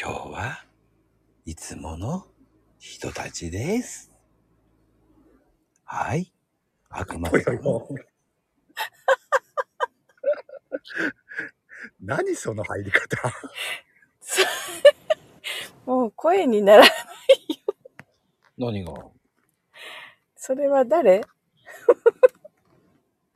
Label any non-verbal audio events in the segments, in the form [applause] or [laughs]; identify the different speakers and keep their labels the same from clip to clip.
Speaker 1: 今日はいつもの人たちです。はい。悪魔
Speaker 2: おい
Speaker 1: さ
Speaker 2: おい
Speaker 1: ん。
Speaker 2: もう [laughs] 何その入り方
Speaker 3: もう声になら、
Speaker 1: [laughs]
Speaker 3: [laughs]
Speaker 1: 何が
Speaker 3: それは誰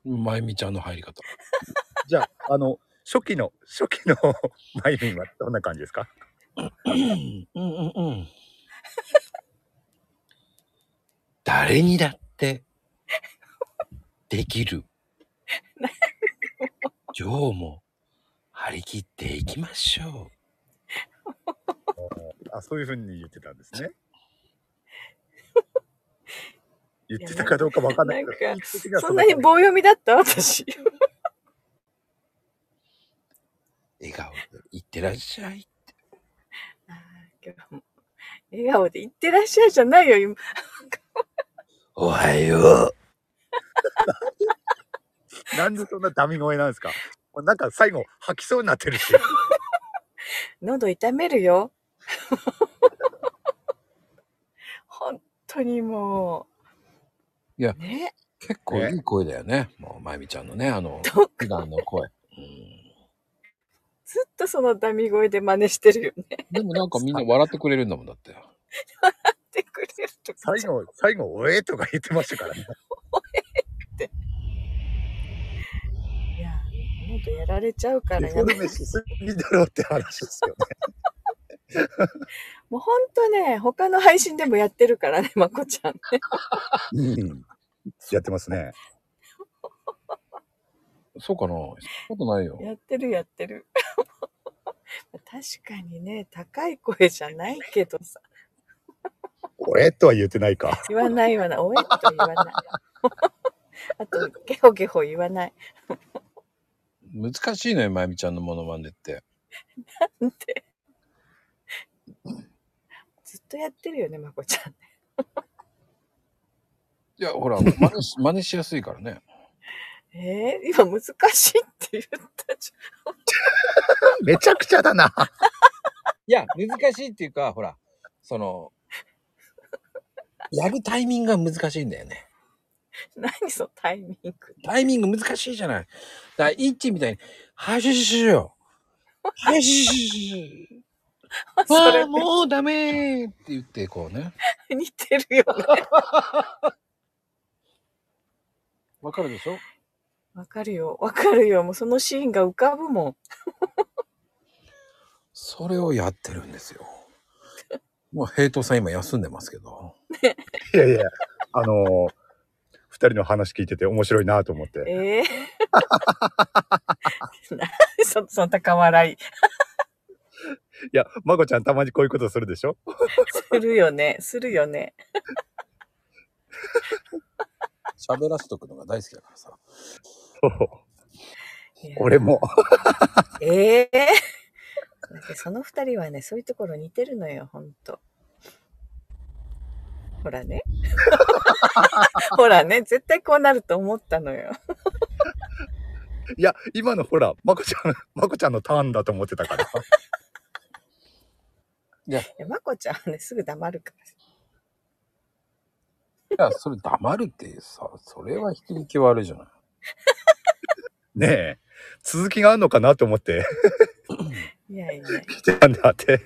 Speaker 1: まゆみちゃんの入り方。
Speaker 2: [laughs] じゃあ、あの、初期の、初期の [laughs] マイミンはどんな感じですか
Speaker 1: うんうんうん。 [laughs] 誰にだって、でき [laughs] る。女王も、張り切っていきましょ
Speaker 2: あ、そういうふうに言ってたんですね。言ってたかどうかわかんないけど
Speaker 3: いやなん
Speaker 2: 言ってたが
Speaker 3: そんなに棒読みだった私。 [laughs]
Speaker 1: う。笑顔で、いってらっしゃい。
Speaker 3: あー今日も笑顔で、いってらっしゃいじゃないよ、今。
Speaker 1: おはよ
Speaker 2: なんでそんなダミ声なんですかもう [laughs] なんか最後吐きそうになってる [laughs] し。
Speaker 3: 喉痛めるよ。 [laughs] 本当にもう。
Speaker 1: いや
Speaker 3: ね。
Speaker 1: う。結構いい声だよね。もう、まゆみちゃんのね、 [laughs] あの、
Speaker 3: どっ
Speaker 1: 普段の声。うん
Speaker 3: ずっとそのダミ声で真似してるよね。
Speaker 1: でもなんかみんな笑ってくれるんだもんだって。
Speaker 3: ってくれるとか
Speaker 2: 最後、最後、おえとか言ってましたからね。
Speaker 3: いや、喉やられちゃうから
Speaker 2: デ
Speaker 3: や
Speaker 2: フ
Speaker 3: め
Speaker 2: ォルメしすぎだろうって話ですよね。
Speaker 3: もうほんとね、他の配信でもやってるからね、まこちゃんね。
Speaker 2: うん。やってますね。
Speaker 1: そうかなそんなことないよ。
Speaker 3: やってるやってる。 [laughs] 確かにね、高い声じゃないけどさ。
Speaker 2: おえとは言ってないか。
Speaker 3: 言わない言わない。おえっと言わない。 [laughs] あと、ゲホゲホ言わない。
Speaker 1: 難しいのよ、まゆみちゃんのモノマネって。
Speaker 3: なんて。ずっとやってるよね、まこちゃん。
Speaker 1: いや、ほら、真似 [laughs] し真似しやすいからね。
Speaker 3: えー、今難しいって言ったじ
Speaker 2: [laughs] めちゃくちゃだな。
Speaker 1: いや、難しいっていうか、ほら、その、やるタイミングが難しいんだよね。
Speaker 3: ゃん。何そのタイミング。
Speaker 1: タイミング難しいじゃない。だから、イッチみたいに、はい、シュシュシュシュよ。はい、シュシュシュシュ。 [laughs]
Speaker 3: そ
Speaker 1: あ
Speaker 3: れ
Speaker 1: あ、もうダメーって言って、こうね。
Speaker 3: 似てるよね。
Speaker 1: わかるでしょ
Speaker 3: わかるよ。わかるよ。もうそのシーンが浮かぶもん。
Speaker 1: それをやってるんですよ。もう、平等さん今休んでますけど。
Speaker 2: [laughs] いやいや、あのー二人の話聞いてて面白いなと思って。
Speaker 3: [laughs] ええなそその高笑い
Speaker 2: いや、まこちゃんたまにこういうことするでしょ [laughs]
Speaker 3: するよねするよね
Speaker 1: 喋らせとくのが大好きだからさ。
Speaker 3: いや
Speaker 2: 俺も。
Speaker 3: ええなんかその二人はねそういうところ似てるのよほんとほらね [laughs] ほらね絶対こうなると思ったのよ
Speaker 2: いや、今のほら、まこちゃん、まこちゃんのターンだと思ってたから。
Speaker 3: いやまこちゃんはねすぐ黙るか
Speaker 1: いや、それ黙るってさ、それは引き気悪いじゃない。
Speaker 2: ねえ、続きがあるのかなと思って
Speaker 3: らいやいや
Speaker 2: 来てたんだって。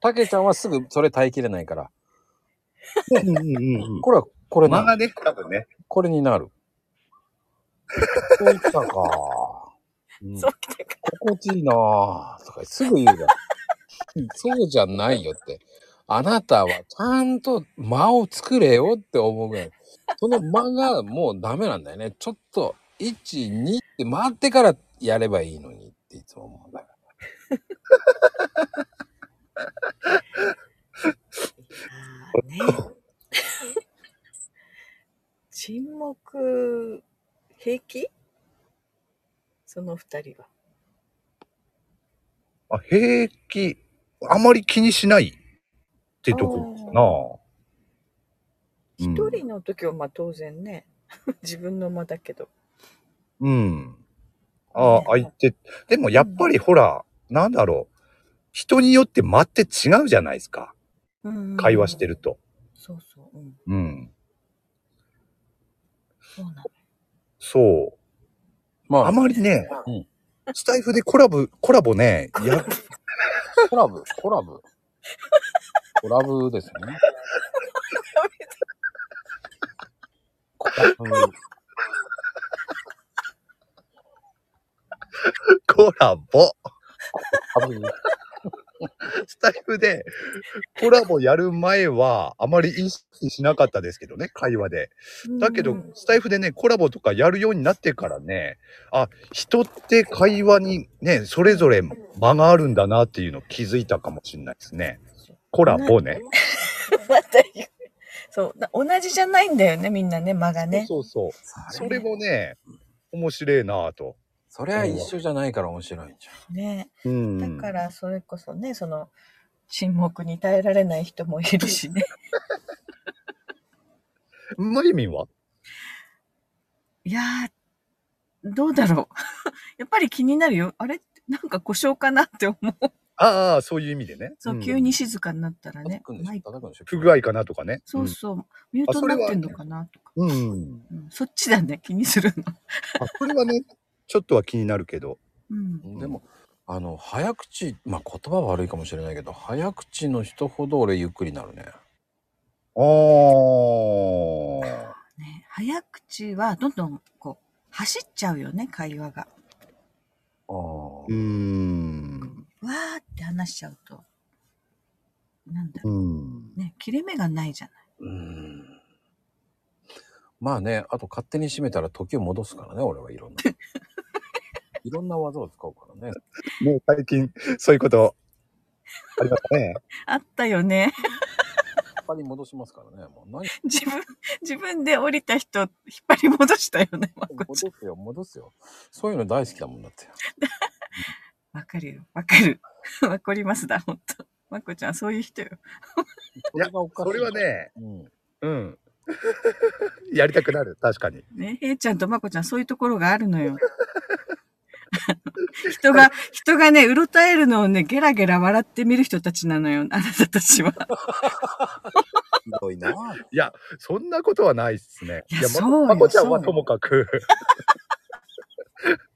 Speaker 1: たけちゃんはすぐそれ耐えきれないから。
Speaker 2: うんうんうん。
Speaker 1: これは、これ
Speaker 2: 間
Speaker 1: な、
Speaker 2: がね、多分ね。
Speaker 1: これになる。そういったか。うん
Speaker 3: そうきたか
Speaker 1: 心地いいなぁ。とかすぐ言うじゃん。 [laughs] そうじゃないよって。あなたはちゃんと間を作れよって思うぐらい。その間がもうダメなんだよね。ちょっと、1、2って回ってからやればいいのにっていつも思うんだよ。
Speaker 3: あーね [laughs] 沈黙平気その二人は
Speaker 2: あ、平気、あまり気にしないってとこかな。うん
Speaker 3: 一人の時はまあ当然ね自分の間だけど
Speaker 2: うん。ああ、相手。でもやっぱりほら、なんだろう。人によって間って違うじゃないですか。
Speaker 3: うん
Speaker 2: 会話して
Speaker 3: る。
Speaker 2: ると。
Speaker 3: そうそう。うん。
Speaker 2: うん。
Speaker 3: そうなの。
Speaker 2: そう。
Speaker 1: ま
Speaker 2: あ
Speaker 1: あ、
Speaker 2: まりね
Speaker 1: うん、
Speaker 2: スタイフでコラボ、コラボね、
Speaker 3: [laughs]
Speaker 2: や、
Speaker 1: コラボ、コラボ。コラボですね。コラボ。
Speaker 2: コラボ。
Speaker 1: コラボ
Speaker 2: スタイフでコラボやる前は、あまり意識しなかったですけどね、会話で。だけど
Speaker 3: うん、
Speaker 2: スタイフでね、コラボとかやるようになってからね、あ、人って会話にね、それぞれ間があるんだなっていうの気づいたかもしれないですね。コラボね。
Speaker 3: また言うそうな。同じじゃないんだよね、みんなね、間がね。
Speaker 2: そうそうそう。
Speaker 1: そ
Speaker 2: そ
Speaker 1: れ
Speaker 2: れもね、面白いなぁと。
Speaker 1: それは一緒じゃないから面白いんじゃん。
Speaker 3: ね。
Speaker 2: うん。
Speaker 3: だから、それこそね、その、沈黙に耐えられない人もいるし
Speaker 2: [laughs]
Speaker 3: ね。
Speaker 2: まゆみんはい
Speaker 3: やー、どうだろう。 [laughs] やっぱり気になるよ。あれなんか故障かなって思う。
Speaker 2: ああ、そういう意味でね。
Speaker 3: そう、
Speaker 2: ん
Speaker 3: 急に静かになったらね
Speaker 1: 叩。くんでし
Speaker 3: マイ
Speaker 1: ょ
Speaker 3: ク
Speaker 1: 叩くんでしょ
Speaker 2: 不具合かなとかね。
Speaker 3: そうそう。ミュートになってんのかなとか、
Speaker 2: うん。うん。
Speaker 3: うんそっちだね、気にするの。
Speaker 2: あ、これはね、ちょっとは気になるけど。
Speaker 3: うん。
Speaker 1: でも、あの、早口、まあ言葉悪いかもしれないけど、早口の人ほど俺ゆっくりになるね。
Speaker 2: ああ。
Speaker 3: ね、早口はどんどんこう、走っちゃうよね、会話が。
Speaker 1: ああ。
Speaker 2: うーん。
Speaker 3: わーって話しちゃうと。なんだろ
Speaker 2: うん
Speaker 3: う。。ね、切れ目がないじゃない。
Speaker 1: うんまあね、あと勝手に閉めたら時を戻すからね、俺はいろんな。いろんな技を使うからね。
Speaker 2: もう最近、そういうこと、ありましたね。
Speaker 3: あったよね。 [laughs]
Speaker 1: 引っ張り戻しますからね。もう何
Speaker 3: 自分、自分で降りた人、引っ張り戻したよね、ま [laughs] こちゃん
Speaker 1: 戻すよ、戻すよ。そういうの大好きだもんだって。
Speaker 3: わかるよ、わかる。 [laughs] わかりますだ、ほんと。まこちゃん、そういう人よ。
Speaker 1: それがおかしい。
Speaker 2: それは。ね、
Speaker 1: うん。
Speaker 2: うん。 [laughs] やりたくなる、確かに。
Speaker 3: ね、へいちゃんとまこちゃん、そういうところがあるのよ。 [laughs] 人が、人がね、うろたえるのをね、ゲラゲラ笑って見る人たちなのよ、あなたたちは。
Speaker 1: ひどいな。
Speaker 2: いや、そんなことはないっすね。
Speaker 3: いや
Speaker 2: ま
Speaker 3: そうよ
Speaker 2: まこちゃんは
Speaker 3: そうよ
Speaker 2: ともかく。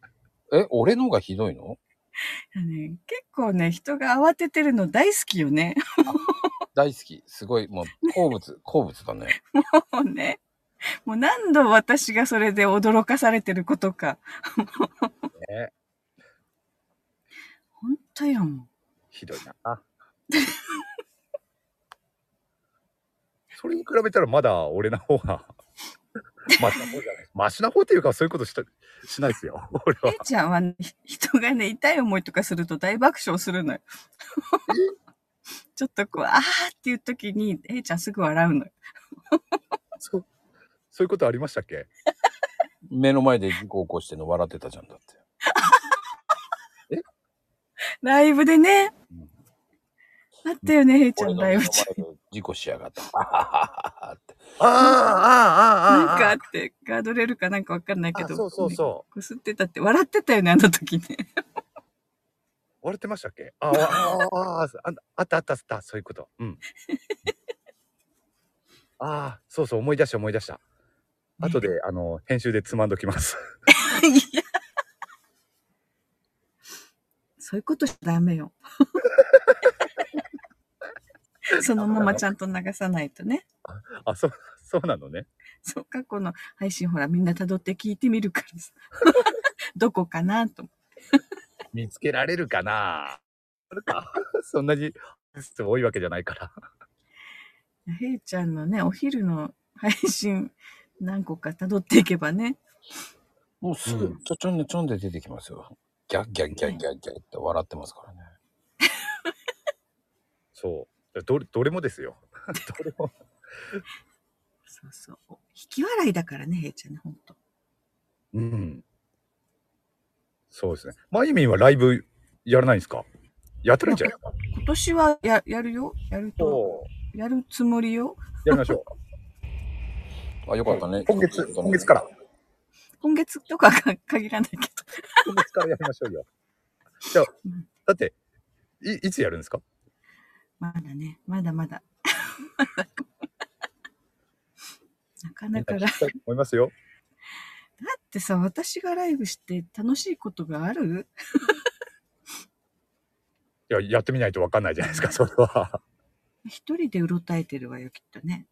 Speaker 1: [laughs] え、俺のがひどいの
Speaker 3: ね結構ね、人が慌ててるの大好きよね。
Speaker 1: 大好き。すごい、もう、好物、好物だね。
Speaker 3: もうね。もう何度私がそれで驚かされてることか。
Speaker 2: ね、
Speaker 3: ほんとよ、も
Speaker 2: ひどいな。それに比べたらまだ俺の方がマシな方じゃない。マシな方っていうかそういうことしたしないですよ。俺
Speaker 3: う。
Speaker 2: は
Speaker 3: へい。ちゃんはね、ひ人がね、痛い思いとかすると大爆笑するのよ。ちょっとこう、あーっていう時に、へいちゃんすぐ笑うのよ。
Speaker 2: そうそういうことありましたっけ
Speaker 1: 目の前で事故起こしてんの笑ってたじゃんだって。
Speaker 3: ライブでね
Speaker 1: うん。
Speaker 3: あったよね、へいちゃ
Speaker 1: 俺
Speaker 3: ん、
Speaker 1: の
Speaker 3: ラ
Speaker 1: 目
Speaker 3: イ
Speaker 1: の
Speaker 3: ブ
Speaker 1: 前で
Speaker 3: 中。
Speaker 1: 事故しやがった。 [laughs] ははははって。
Speaker 2: ああ、
Speaker 3: な
Speaker 2: あ
Speaker 3: んかあって、ガードレールかなんかわかんないけど。
Speaker 2: そうそうそう。
Speaker 3: こすってたって、笑ってたよね、あの時ね。
Speaker 2: 割れてましたっけあああああああったあったあったそういうことうんああそうそう思い出した思い出した後であの編集でつまんどきます [laughs]
Speaker 3: いや。 [laughs] そういうことしちゃダメよ。そのままちゃんと流さないとね。
Speaker 2: あそうそうなのね
Speaker 3: そう、過去の配信ほらみんな辿って聞いてみるからさ。どこかなと。
Speaker 2: 見つけられるかなそれか [laughs] そんなに多いわけじゃないから
Speaker 3: へいちゃんのね、お昼の配信何個か辿っていけばね。
Speaker 1: もうす
Speaker 2: う
Speaker 1: ぐ
Speaker 2: ん、
Speaker 1: ちょちょんでちょんで出てきますよ。ギャッギャッギャッギャッギャッって笑ってますからね。
Speaker 2: そうどれどれもですよ [laughs] どれも
Speaker 3: そうそう。引き笑いだからね、へいちゃんね、ほんと。
Speaker 2: うんそうですねまゆみんはライブやらないんですかやってるんじゃないですか
Speaker 3: 今年はややるよ。やると。
Speaker 2: おー
Speaker 3: やるつもりよ。
Speaker 2: やりましょう
Speaker 1: あ、よかったね。
Speaker 2: 今月今月から
Speaker 3: 今月とかが限らないけど。
Speaker 2: 今月からやりましょうよ。じゃあ
Speaker 3: うん、
Speaker 2: だって、いいつやるんですか
Speaker 3: まだね、まだま [laughs] だ。なかなかラ
Speaker 2: みん
Speaker 3: イブ
Speaker 2: な聞きたいと思いますよ。
Speaker 3: だってさ、私がライブして楽しいことがある
Speaker 2: いや、やってみないとわかんないじゃないですか、それは。
Speaker 3: 一人でうろたえてるわよ、きっとね。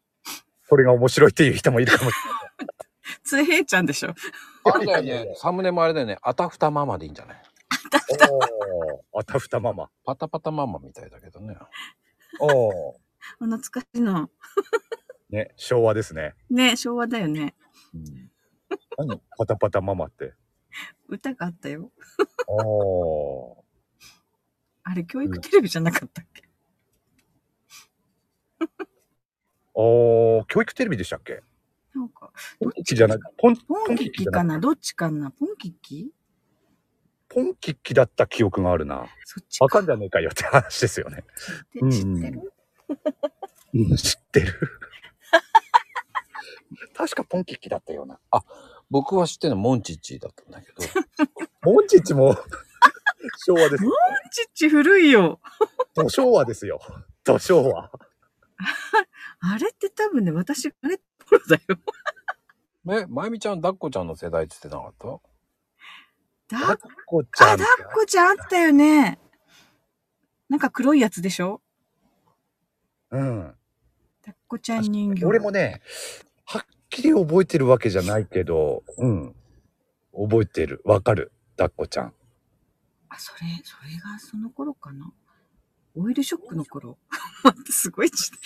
Speaker 2: これが面白いっていう人もいるかもし
Speaker 3: つへいちゃんでしょ。
Speaker 1: あれだよね、サムネもあれだよね、あたふたママでいいんじゃない
Speaker 2: れない。おーあたふたママ。
Speaker 1: パタパタママみたいだけどね。
Speaker 2: おー
Speaker 3: お懐かしいの。
Speaker 2: ね、昭和ですね。
Speaker 3: ね、昭和だよね。
Speaker 2: 何パタパタママって。
Speaker 3: 歌があったよ。
Speaker 2: おー
Speaker 3: あれ、教育テレビじゃなかったっけ、
Speaker 2: おー教育テレビでしたっけ
Speaker 3: なんか、
Speaker 2: ポンキッキじゃないポン
Speaker 3: ポンキッキかなどっちかなポンキッキ
Speaker 2: ポンキッキだった記憶があるな。
Speaker 3: そっち
Speaker 2: わかんじゃねえかよって話ですよ [laughs] ね。
Speaker 3: って
Speaker 2: うん
Speaker 3: 知ってる、
Speaker 2: うん、知ってる。確かポンキッキだったような。
Speaker 1: 僕は知ってるのモンチッチだったんだけど、 [laughs]
Speaker 2: モンチッチも [laughs] 昭和です。
Speaker 3: ちっち古いよ。
Speaker 2: ど昭和ですよ。ど昭和。
Speaker 3: あれって多分ね、 [laughs] 私、あれ頃だよ。
Speaker 1: え、まゆみちゃん、だっこちゃんの世代って言ってなかった
Speaker 2: だ
Speaker 3: だ
Speaker 2: っこちゃ
Speaker 3: あ、
Speaker 2: ん
Speaker 3: だっ。こちゃんあったよね。なんか黒いやつでしょ
Speaker 2: うん。
Speaker 3: だっこちゃん人形。
Speaker 2: 俺もね、はっきり覚えてるわけじゃないけど、うん。覚えてる。わかる。だっこちゃん。
Speaker 3: あ、それ、それがその頃かな。オイルショックの頃。 [laughs] 待って、すごい時代。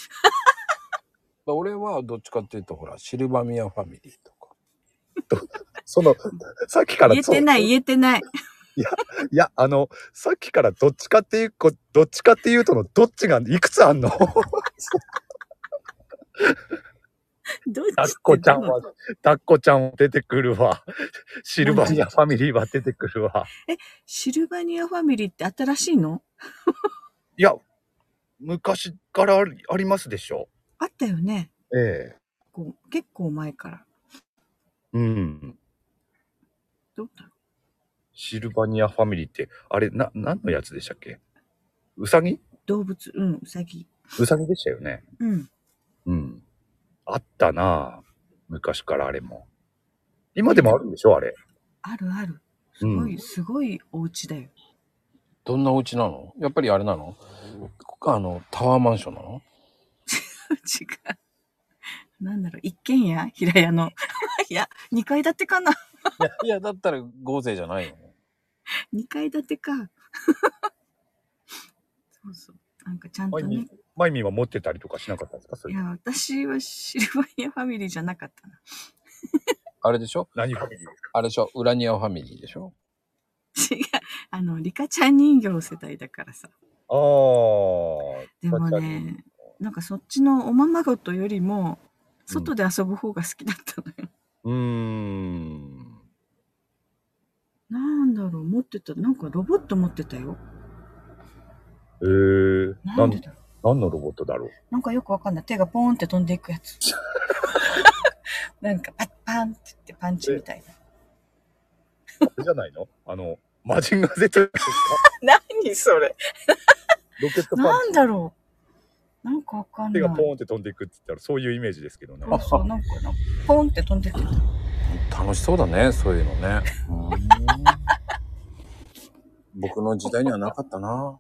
Speaker 1: 俺はどっちかっていうと、ほら、シルバニアファミリーとか。
Speaker 2: その、さっきから
Speaker 3: 言えてない、
Speaker 2: そう
Speaker 3: 言えてない。
Speaker 2: いや、あの、さっきからどっちかっていうこ、どっちかっていうとの、どっちがいくつあん
Speaker 3: [laughs]
Speaker 2: のだっ
Speaker 3: どっちって
Speaker 2: こちゃん
Speaker 3: ど
Speaker 2: は
Speaker 3: の、
Speaker 2: だっこちゃんは出てくるわ。シルバニアファミリーは出てくるわ。
Speaker 3: シルバニアファミリーって新しいの
Speaker 2: いや、昔からありありますでしょ。
Speaker 3: あったよね。
Speaker 2: ええ。
Speaker 3: こう結構前から。
Speaker 2: うん。
Speaker 3: どうだろ
Speaker 2: シルバニアファミリーって、あれ、な、何のやつでしたっけウサギ
Speaker 3: う動物、うん、うさぎ。
Speaker 2: ウサギでしたよね。
Speaker 3: うん。
Speaker 2: うん。あったなあ昔からあれも。今でもあるんでしょあれ。
Speaker 3: あるある。す
Speaker 2: う
Speaker 3: ごい、
Speaker 2: ん。
Speaker 3: すごいお家だよ。
Speaker 1: どんなお家なのやっぱりあれなのあの、タワーマンションなの
Speaker 3: 違う。なんだろう、一軒家平屋の。 [laughs] いや、二階建てかな。
Speaker 1: いや、いや、だったら豪勢じゃないよね。
Speaker 3: 二階建てか。 [laughs] そうそう。なんかちゃんと
Speaker 2: マイミ
Speaker 3: ね
Speaker 2: ン。、マイミンは持ってたりとかしなかったんですかそ
Speaker 3: い
Speaker 2: れ
Speaker 3: や、私はシルバニアファミリーじゃなかったな。
Speaker 1: あれでしょ
Speaker 2: 何ファミリー
Speaker 1: あれでしょウラニアファミリーでしょ
Speaker 3: 違う。あの、リカちゃん人形世代だからさ。
Speaker 2: ああ。
Speaker 3: でもね、なんかそっちのおままごとよりも、外で遊ぶ方が好きだったのよ。
Speaker 2: うーん。
Speaker 3: なんだろう、持ってた、なんかロボット持ってたよ。
Speaker 2: えー、
Speaker 3: な
Speaker 2: なんん
Speaker 3: でだろう。
Speaker 2: 何のロボットだろう
Speaker 3: なんかよくわかんない。手がポーンって飛んでいくや [laughs] つ。なんかパッパンって言ってパンチみたいな。
Speaker 2: あれじゃないのあの、マジンガー Z ですか
Speaker 3: 何それ
Speaker 2: ロケットパン
Speaker 3: なんだろうなんかわかんな
Speaker 2: 手
Speaker 3: い。
Speaker 2: がポーンって飛んでいくって言ったら、そういうイメージですけどね。
Speaker 3: そうそうなんかなポンって飛んでってた。
Speaker 1: 楽しそうだね、そういうのね。僕の時代にはなかったな。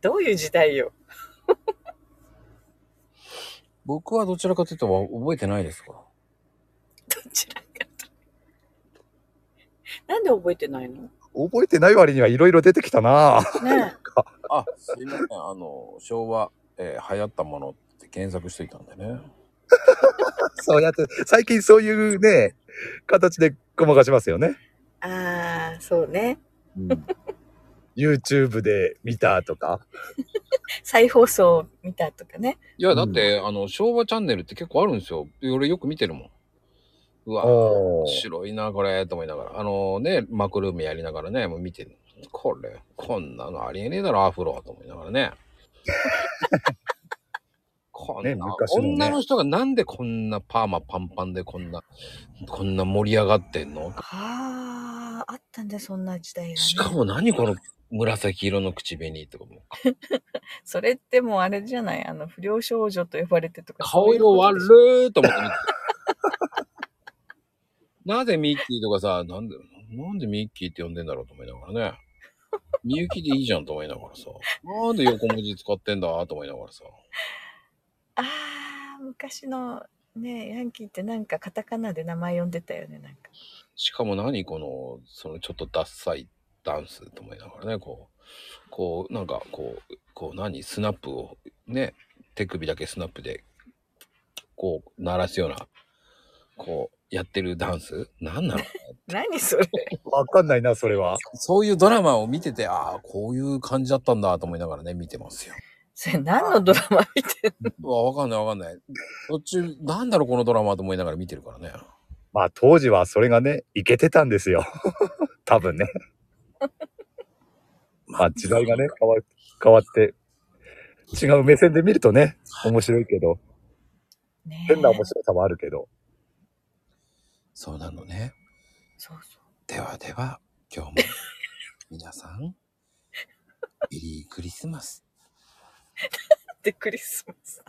Speaker 3: どういう時代よ。
Speaker 1: 僕はどちらかというとは覚えてないですから。
Speaker 3: どちらかと。なんで覚えてないの
Speaker 2: 覚えてない割にはいろいろ出てきたな [laughs] ぁ。
Speaker 3: ね
Speaker 1: あ、すいません。あの、昭和、えー流行ったものって検索しといたんでね。
Speaker 2: そうやって、最近そういうね、形でごまかしますよね。
Speaker 3: え。ああ、そうね。
Speaker 2: YouTube で見たとか。
Speaker 3: 再放送見たとかね。
Speaker 1: いや、だって、あの、昭和チャンネルって結構あるんですよ。俺よく見てるもん。うわ、
Speaker 2: お
Speaker 1: 面白いな、これ、と思いながら。あのね、マクルームやりながらね、もう見てる。これ、こんなのありえねえだろ、アフロ、と思いながら
Speaker 2: [laughs]
Speaker 1: ね。こんな、
Speaker 2: ね昔のね
Speaker 1: 女の人がなんでこんなパーマパンパンでこんな、こんな盛り上がってんの
Speaker 3: ああ、あったんだよ、そんな時代が、ね。
Speaker 1: しかも何この紫色の口紅とかも。
Speaker 3: それってもうあれじゃないあの、不良少女と呼ばれてとか。
Speaker 1: 顔色悪
Speaker 3: い。
Speaker 1: ーと思って見てたなぜミッキーとかさ、なんで、なんでミッキーって呼んでんだろうと思いながらね。みゆきでいいじゃんと思いながらさ。なんで横文字使ってんだと思いながらさ。
Speaker 3: ああ、昔のね、ヤンキーってなんかカタカナで名前呼んでたよね、なんか。
Speaker 1: しかも何この、そのちょっとダッサいダンスと思いながらね、こう、こう、なんかこう、こう何、スナップをね、手首だけスナップで、こう、鳴らすような、こう、やってるダンスなんなの
Speaker 3: 何それ。
Speaker 2: わかんないな、それは。
Speaker 1: そういうドラマを見てて、ああ、こういう感じだったんだと思いながらね、見てますよ。
Speaker 3: それ何のドラマ見てんの
Speaker 1: うわ、わかんないわかんない。途中、なんだろう、このドラマと思いながら見てるからね。
Speaker 2: まあ当時はそれがね、いけてたんですよ。 [laughs] 多分ね。まあ時代がね、変わ変わって、違う目線で見るとね、面白いけど、
Speaker 3: ねえ
Speaker 2: 変な面白さもあるけど。
Speaker 1: そうなのね。
Speaker 3: そうそう。
Speaker 1: ではでは、今日も、皆さん、メリークリスマス。
Speaker 3: で、クリスマス。